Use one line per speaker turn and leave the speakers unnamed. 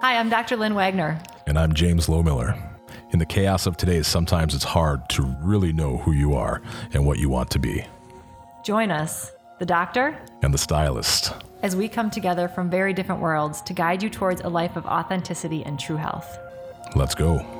Hi, I'm Dr. Lynn Wagner.
And I'm James Lowmiller. In the chaos of today, sometimes it's hard to really know who you are and what you want to be.
Join us, the doctor,
And the stylist.
as we come together from very different worlds to guide you towards a life of authenticity and true health.
Let's go.